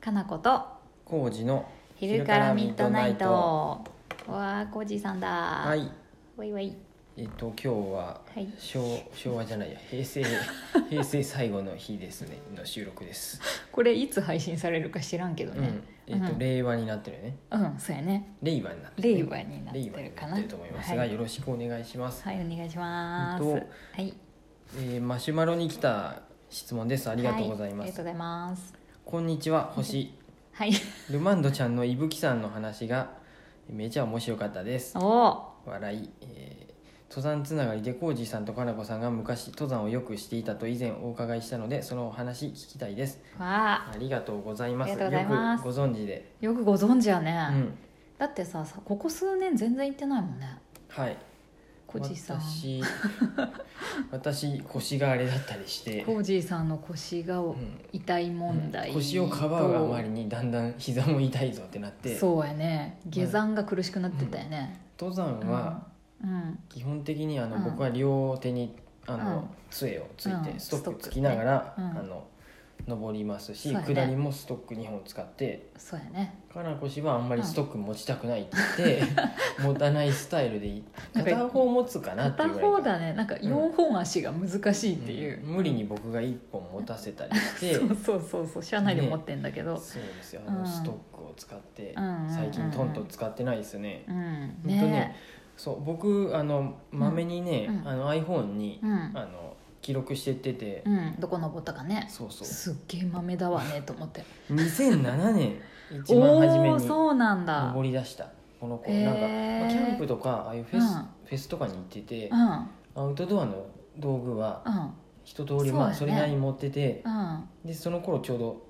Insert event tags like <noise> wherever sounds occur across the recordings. かなこと工事の昼からミッドナイトわあコージーさんだははいわいわいえっと今日ははい昭昭和じゃないや <laughs> 平成平成最後の日ですねの収録です、これいつ配信されるか知らんけどうねんえっと、うん令和になってるよねうん、そうやね令和になってるね、令和になって令和るにかななってると思いますが、はい、よろしくお願いします、はいお願いしますえっとはいえーマシュマロに来た質問ですあありがとうございまありがす、とうございますこんにちは星 <laughs> はいルマンドちゃんのいぶきさんの話がめちゃ面白かったですおお笑い、えー登山つながりでコージーさんとかなこさんが昔登山をよくしていたと以前お伺いしたのでそのお話聞きたいですわあありがとうございますありがとうございますよくご存知で、よくご存知やね、うんだってささここ数年全然行ってないもんねはいコージーさん私私 <laughs> 腰があれだったりして、コージーさんの腰がうん痛い問題、腰をかばうあまりにだんだん膝も痛いぞってなってそうやね下山が苦しくなってたよね、登山うんはうん基本的にあの、うん僕は両手にあうのん、杖をついて、うんストストッッククつきながら、ねうんあの登りますし、そうやね下りもストック2本使ってそうやねかなこ氏はあんまりストック持ちたくないって言って、 <laughs> 持たないスタイルでいいなんか片方持つかなってい片うぐらい方だねなんかん4本足が難しいっていう、うん無理に僕が1本持たせたりしてそうそうそうそう車内で持ってんだけど、そうですよあの、うんストックを使って、うんうんうん最近トントン使ってないですね、うんほんとねねそう僕あのまめにね、うんあの iPhone に、うん、あの記録してってて、うん、どこ登ったかねそうそうすっげえ豆だわねと思って2007年一番初めおおにそうなんだ登り出したこの子、へーなんか、まあキャンプとかああいうフェス,、うんフェスとかに行っててう、んうんアウトドアの道具は一通りそうだまねあそれなりに持ってて、うんでその頃ちょうど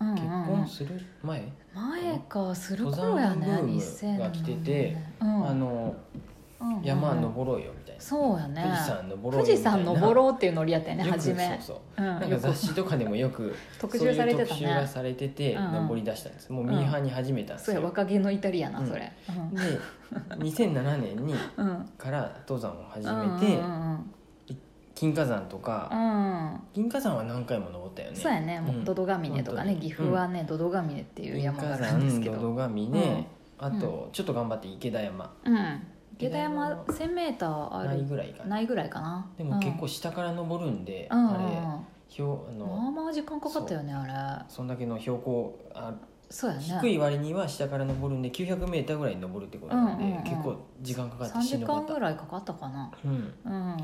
うん結婚する前、前かする頃やね登山ブーム2007が来てて年うんあのうんうんうん山登ろうよみたいな、そうやね富士山登ろうよみたい富な士山登ろうっていうノリやったよねよく初めそうそううんなんよかく雑誌とかでもよく特集されてたそういう特集がねされててうんうん登り出したんです、もうミーハーに始めたんですそうよ、や若気の至りやうなんそれで2007年にうんうんから登山を始うんめて、うん金華山とうか、んうん金華山は何回も登ったよねそうやねもううんドドガミネとか本ね当に岐阜はねドドガミネっていう金山が華あるんです山けドどドガミね、あとちょっと頑張って池田山うん下田山 1000m あないるぐらいかなないぐらいかなでも結構下から登るんで、うんうんうんあれひょあまあのまあ時間かかったよねあれそんだけの標高あそうやね低い割には下から登るんで 900m ぐらいに登るってことなんで、うんうんうん結構時間かかって3し時んどか間ったぐらいかかったかなうん、うん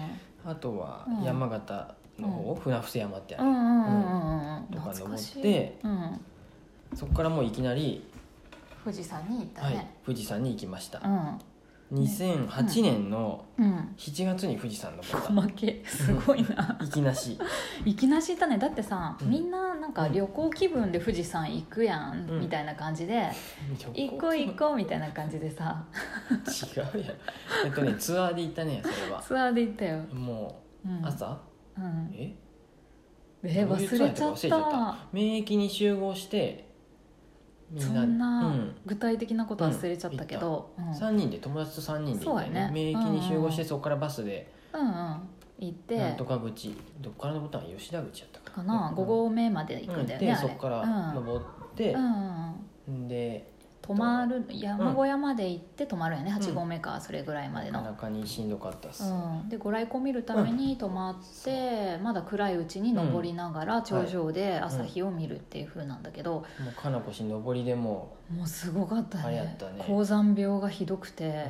あとはうん山形の方、船伏山ってあうる、んうんうんうんうんとか懐登かっしいてうんそこからもういきなり、富士山に行ったはいね、富士山に行きました、う2008年のんうん7月に富士山登っ細けすごいなた行きなしいきなし行ったねだってさ、うんみんななんか旅行気分で富士山行くやん、うんみたいな感じで行こう行こうみたいな感じでさ違うやんえっとねツアーで行ったねそれはツアーで行ったよ、もうん、う朝、うん、ええどうい忘うツアーれやちゃかっ忘れちゃったた免疫に集合してみそんなんうなん具体的なことは忘れちゃったけど、うんうん、うん3人で友達と3人で行ったよそうやねね免疫に集合して、うんそこからバスで行ってなんとか口どこから登ったの吉田口やったかな5合目まで行くんだよね、うんあでれそこからうん登ってう、んうんで泊まる山小屋まで行って泊まるよね、8合目かそれぐらいまでなの、かなかにしんどかったっす、うん、でご来光見るために泊まって、まだ暗いうちに登りながら頂上で朝日を見るっていう風なんだけど、もうかなこし登りでももうすごかったあれやねったね高山病がひどくう、て、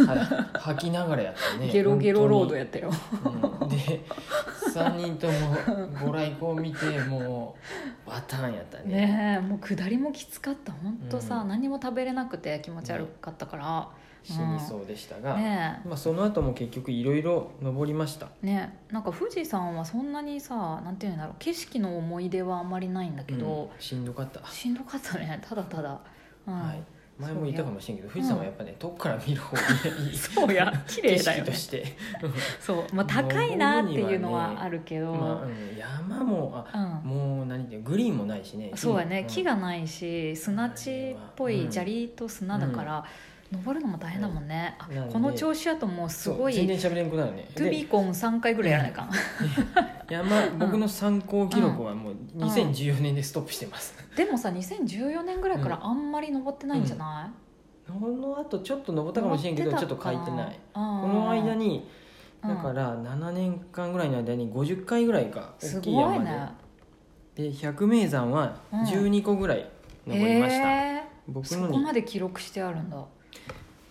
うん、は吐きながらやったねゲロゲロロードやったよ本当にうんで3人ともご来光見てもうバターンやったねねえもう下りもきつかった本当さ、うん何も食べれなくて気持ち悪かったか死にそうでしたら、が、ねまあ、その後も結局いろいろ登りました、えねえなんか富士山はそんなにさなんていうんだろう景色の思い出はあんまりないんだけど、うんしんどかった、しんどかったねただただ、うんはい、前も言ったかもしれんけど富士山はやっぱね、遠くから見る方がいいそうや綺麗だよ景色とねしてそうまあ高いなっていうのはあるけど、まあうん、山もあうん、もう何ていうのグリーンもないしねそうやね、ん木がないし砂地っぽういん砂利と砂だから、登るのも大変だもんね、うんあこの調子やともうすごそうい全然喋れんくなるねトゥビでコン3回ぐらいやらないかん山ん僕の参考記録はもう2014年でストップしてます、 <laughs> でもさ2014年ぐらいからあんまり登ってないんじゃない、このあとちょっと登ったかもしれんけどちょっと書いてないここの間にうんだから7年間ぐらいの間に50回ぐらいかす大きいご山いで,、ねで百名山はうん12個ぐらい登りました、へー僕そのこにまで記録してあるんだ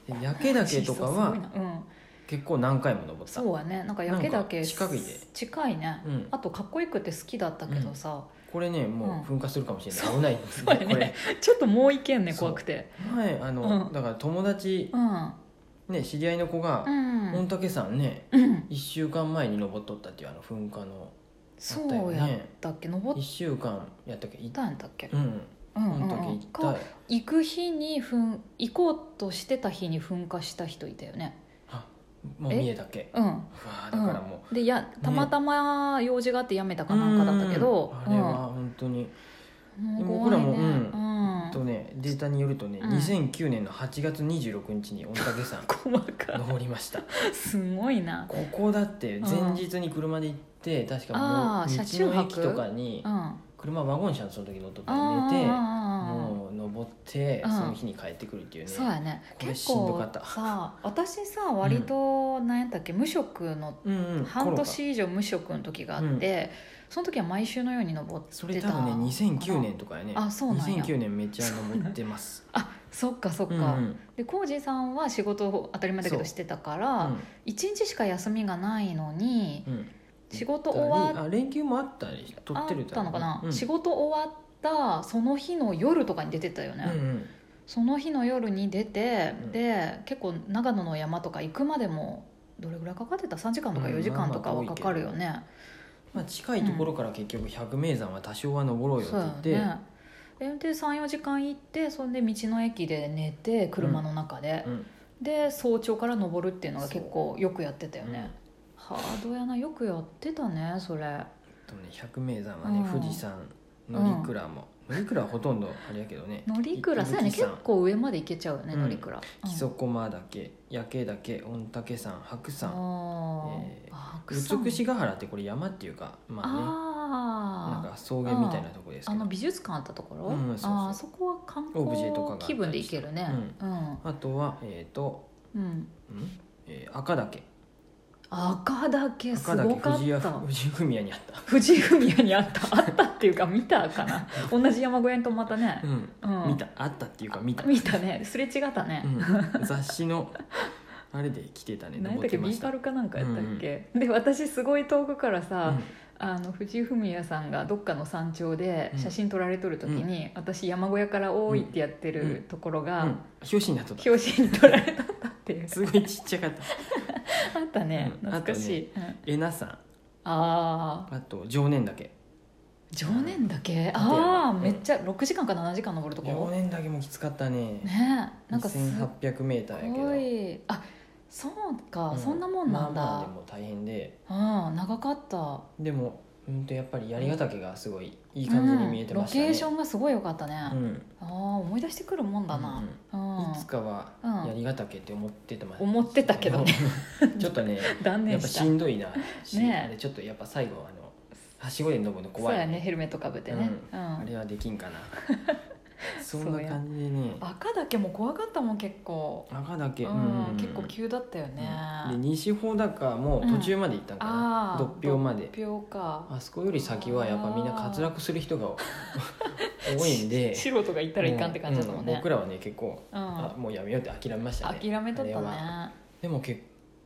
で焼け岳とかはすごいなうん、結構何回も登ったそうやねなんか焼けだけなんか近いで近いね、うんあとかっこよくて好きだったけどさ、これねもうう噴火するかもしれない、危ないんですそうねやこれねちょっともういけんねそう怖くて前あの、うんだから友達うんね知り合いの子がう御ん、嶽山ねうん、 1週間前に登っとったっていうあの噴火のそうやったっけ登1っ週間やったっけいたんやったっけうんうんうん御う嶽行んった、か行く日に噴行こうとしてた日に噴火した人いたよねもう見えたっけうんうわーだからもう、でやたまたま用事があってやめたかなんかだったけど、うんあれは本当うに、んでもう怖いね僕らもうんうんとねデータによるとね、うん2009年の8月26日に御嶽 <laughs> 山細か登りまし <laughs> たいすごいなここだって前日に車で行って確かもあーう車道中の泊駅とかにうんあ車ワゴン車のその時乗っとったあら寝てああもう登ってうんその日に帰ってくるっていうねそうやねこれ結しんど構かったさ私さ割と何やったっけ無職のうんうん半コロナ年以上無職の時があって、その時は毎週のように登ってたそれ多分ね2009年とかやねあそうなんや2009年めっちゃ登ってますあそっかそっか、うんうんで浩二さんは仕事を当たり前だけそどうしてたから、一1日しか休みがないのにうんうん仕事終わっあ連休もあったり取あってるったのかな、うん仕事終わったその日の夜とかに出てたよね、うんうんその日の夜に出て、うんで結構長野の山とか行くまでもどれぐらいかかってた3時間とかうん4時間とかまあはまあかかるよね、まあ、近いところから結局百名山は多少は登ろうよそうってだ言よって、ねで運転34時間行ってそんで道の駅で寝て車の中で、うんで早朝から登るっていうのが結構よくやってたよね、ハードやなよくやってたねそれとね百名山はね、うん富士山乗鞍も乗鞍はほとんどあれやけどね乗り倉そうやね伊吹結山構上まで行けちゃうよねうん乗り倉、うん木曽駒岳焼岳御嶽山白山あえーーあ美白山しヶ原ってこれ山っていうかまあねなんあか草原みたいなとこですああけのど美術館あったところ、うんそうそうあーそこは観オブジェとかがあっ光たりして気分で行けるねうん、あとはえっ、と、うん、うんえー赤岳赤岳す赤岳ごか富っ士屋た富士宮にあった、富士宮にあったあったっていうか見たかな同じ山小屋に泊まったねう、んうん、見たあったっていうか見た、見たねすれ違ったね、うん雑誌のあれで来てたね何やっ登たっっけてまビしーパたルかなんかやったっけ、で私すごい遠くからうさ、んあの藤井フミヤさんがどっかの山頂で写真撮られとる時に、私山小屋から「多い」ってやってるところが、うん、表紙になっとった表紙に撮られとったっていうすごいちっちゃかったあったねうん懐かしい、うんえなさんあああと常年岳常年だけあったよああうんめっちゃ6時間か7時間登ると常こ年岳もきつかったねねえなんかすっ 2800m やけどごいあそうか、うそんなもんなんだ、まあまあでも大変でうん長かったでもうんとやっぱり槍ヶ岳がすごいいい感じに見えてましたね、うんロケーションンがすごい良かったね、あうんあ思い出してくるもんだな、うんいつかは槍ヶ岳って思っててま思ってたけどねちょっとね断や念っぱししたんどいなしねあれちょっとやっぱ最後あのはしごで登るのそ怖ういやねヘルメットかぶってね、うんあれはできんかなそんそうなや感じでね赤だけも怖かったもん結構、赤岳、ううんん、結構急だったよね、で西穂高も途中まで行ったんかあな、あ独票まで独票かあそこより先はやっぱみんな滑落する人が多いんで素人が行ったらいかんって感じだったもんうねん僕らはね結構、うんあもうやめようって諦めましたね諦めとっあたれはねでも結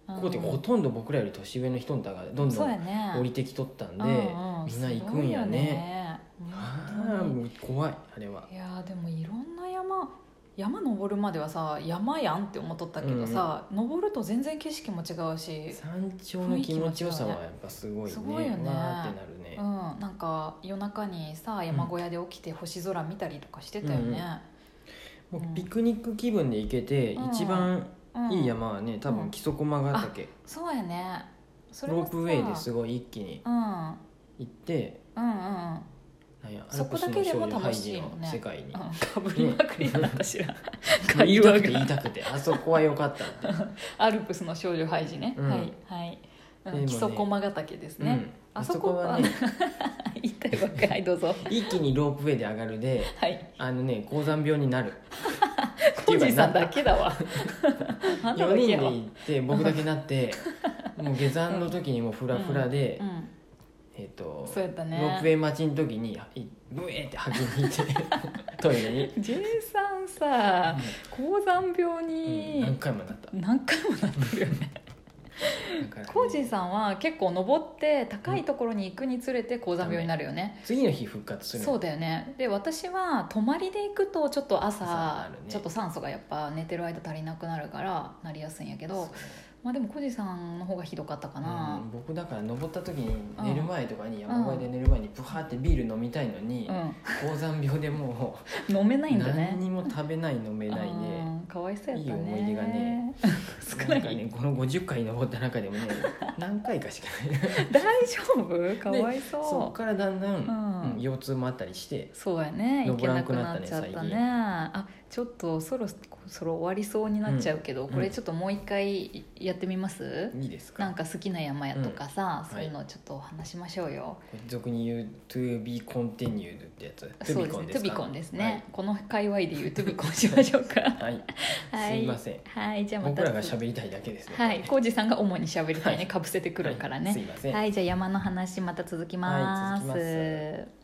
うん構でほとんど僕らより年上の人んだがどんどそうやんね降りてきとったんで、うんうんみんな行すくんやねごいよねああ本もう怖いあれは当にいやーでもいろんな山山登るまではさ山やんって思っとったけどさ、登ると全然景色も違うし、山頂の気持ちよさはやっぱすごいねすごいよねわーってなるねう、ん、なんか夜中にさ山小屋で起きて星空見たりとかしてたよね、もうピクニック気分で行けて、うん一番うんいい山はね多分木曽駒ヶ岳、そうやねそれロもーさプウェイですごい一気にうん、うん行ってうんうんなんやアルそプこスだのけで少も女ハイ楽ジしいのもんね世界に、かぶりまくりだな私ら会言いた話くて言いがたくてあそこは良かっ <laughs> たって、アルプスの少女ハイジね、うんはいはい、でもうねん、木曽駒ヶ岳ですね、うんあそこはね <laughs> 言いたいばっかり <laughs> はいどうぞ一気にロープウェイで上がるではいあのね高山病になる <laughs> コンジさんだけだ <laughs> わあんた4だ人けでやわ行って僕だけ <laughs> なってもう下山の時にもうフラフラで、うんえっ、とそうやったねロープウェイ待ちの時にいブエーって吐き <laughs> に行ってトイレに、 J さんさ高山病うん何に回もなった何回もなってるよ <laughs> ねだからコージーさんは結構登って高いところに行くにつれて高山病になるよね、次の日復活するそうのだよねで私は泊まりで行くとちょっと朝あ朝、るねちょっと酸素がやっぱ寝てる間足りなくなるからなりやすいんやけそうどまあでもコージーさんの方がひどかったかなうん僕だから登った時に寝る前とかに山小屋で寝る前にブハーってビール飲みたいのに、うん、高山病でも飲めないんうだ何ねにも食べない飲めないで、うんかわいそうやったねいい思い出がね少ななんいかねこの50回登った中でもね何回かしかな <laughs> い大丈夫かわいそうそっからだんだん、うんうん腰痛もあったりしてそうやね行け登らなんくくななったっねちゃった最ね近あちょっとそろそろ終わりそうになっちゃうけど、うんこれちょっともう一回やってみます、いいですかなんか好きな山やとかさ、うんそういうのちょっとお話しましょうよ、これ俗に言う「to be continued」ってやつそうですねトゥビコンですね、はいこの界隈でいうトゥビコンしましょうかはい、 <laughs> はい <laughs> すいませんはいじゃあまた僕らが喋りたいだけですねはい浩二さんが主に喋りたいね、はいかぶせてくるからね、はいすいませんはい、じゃあ山の話また続きます。はい続きます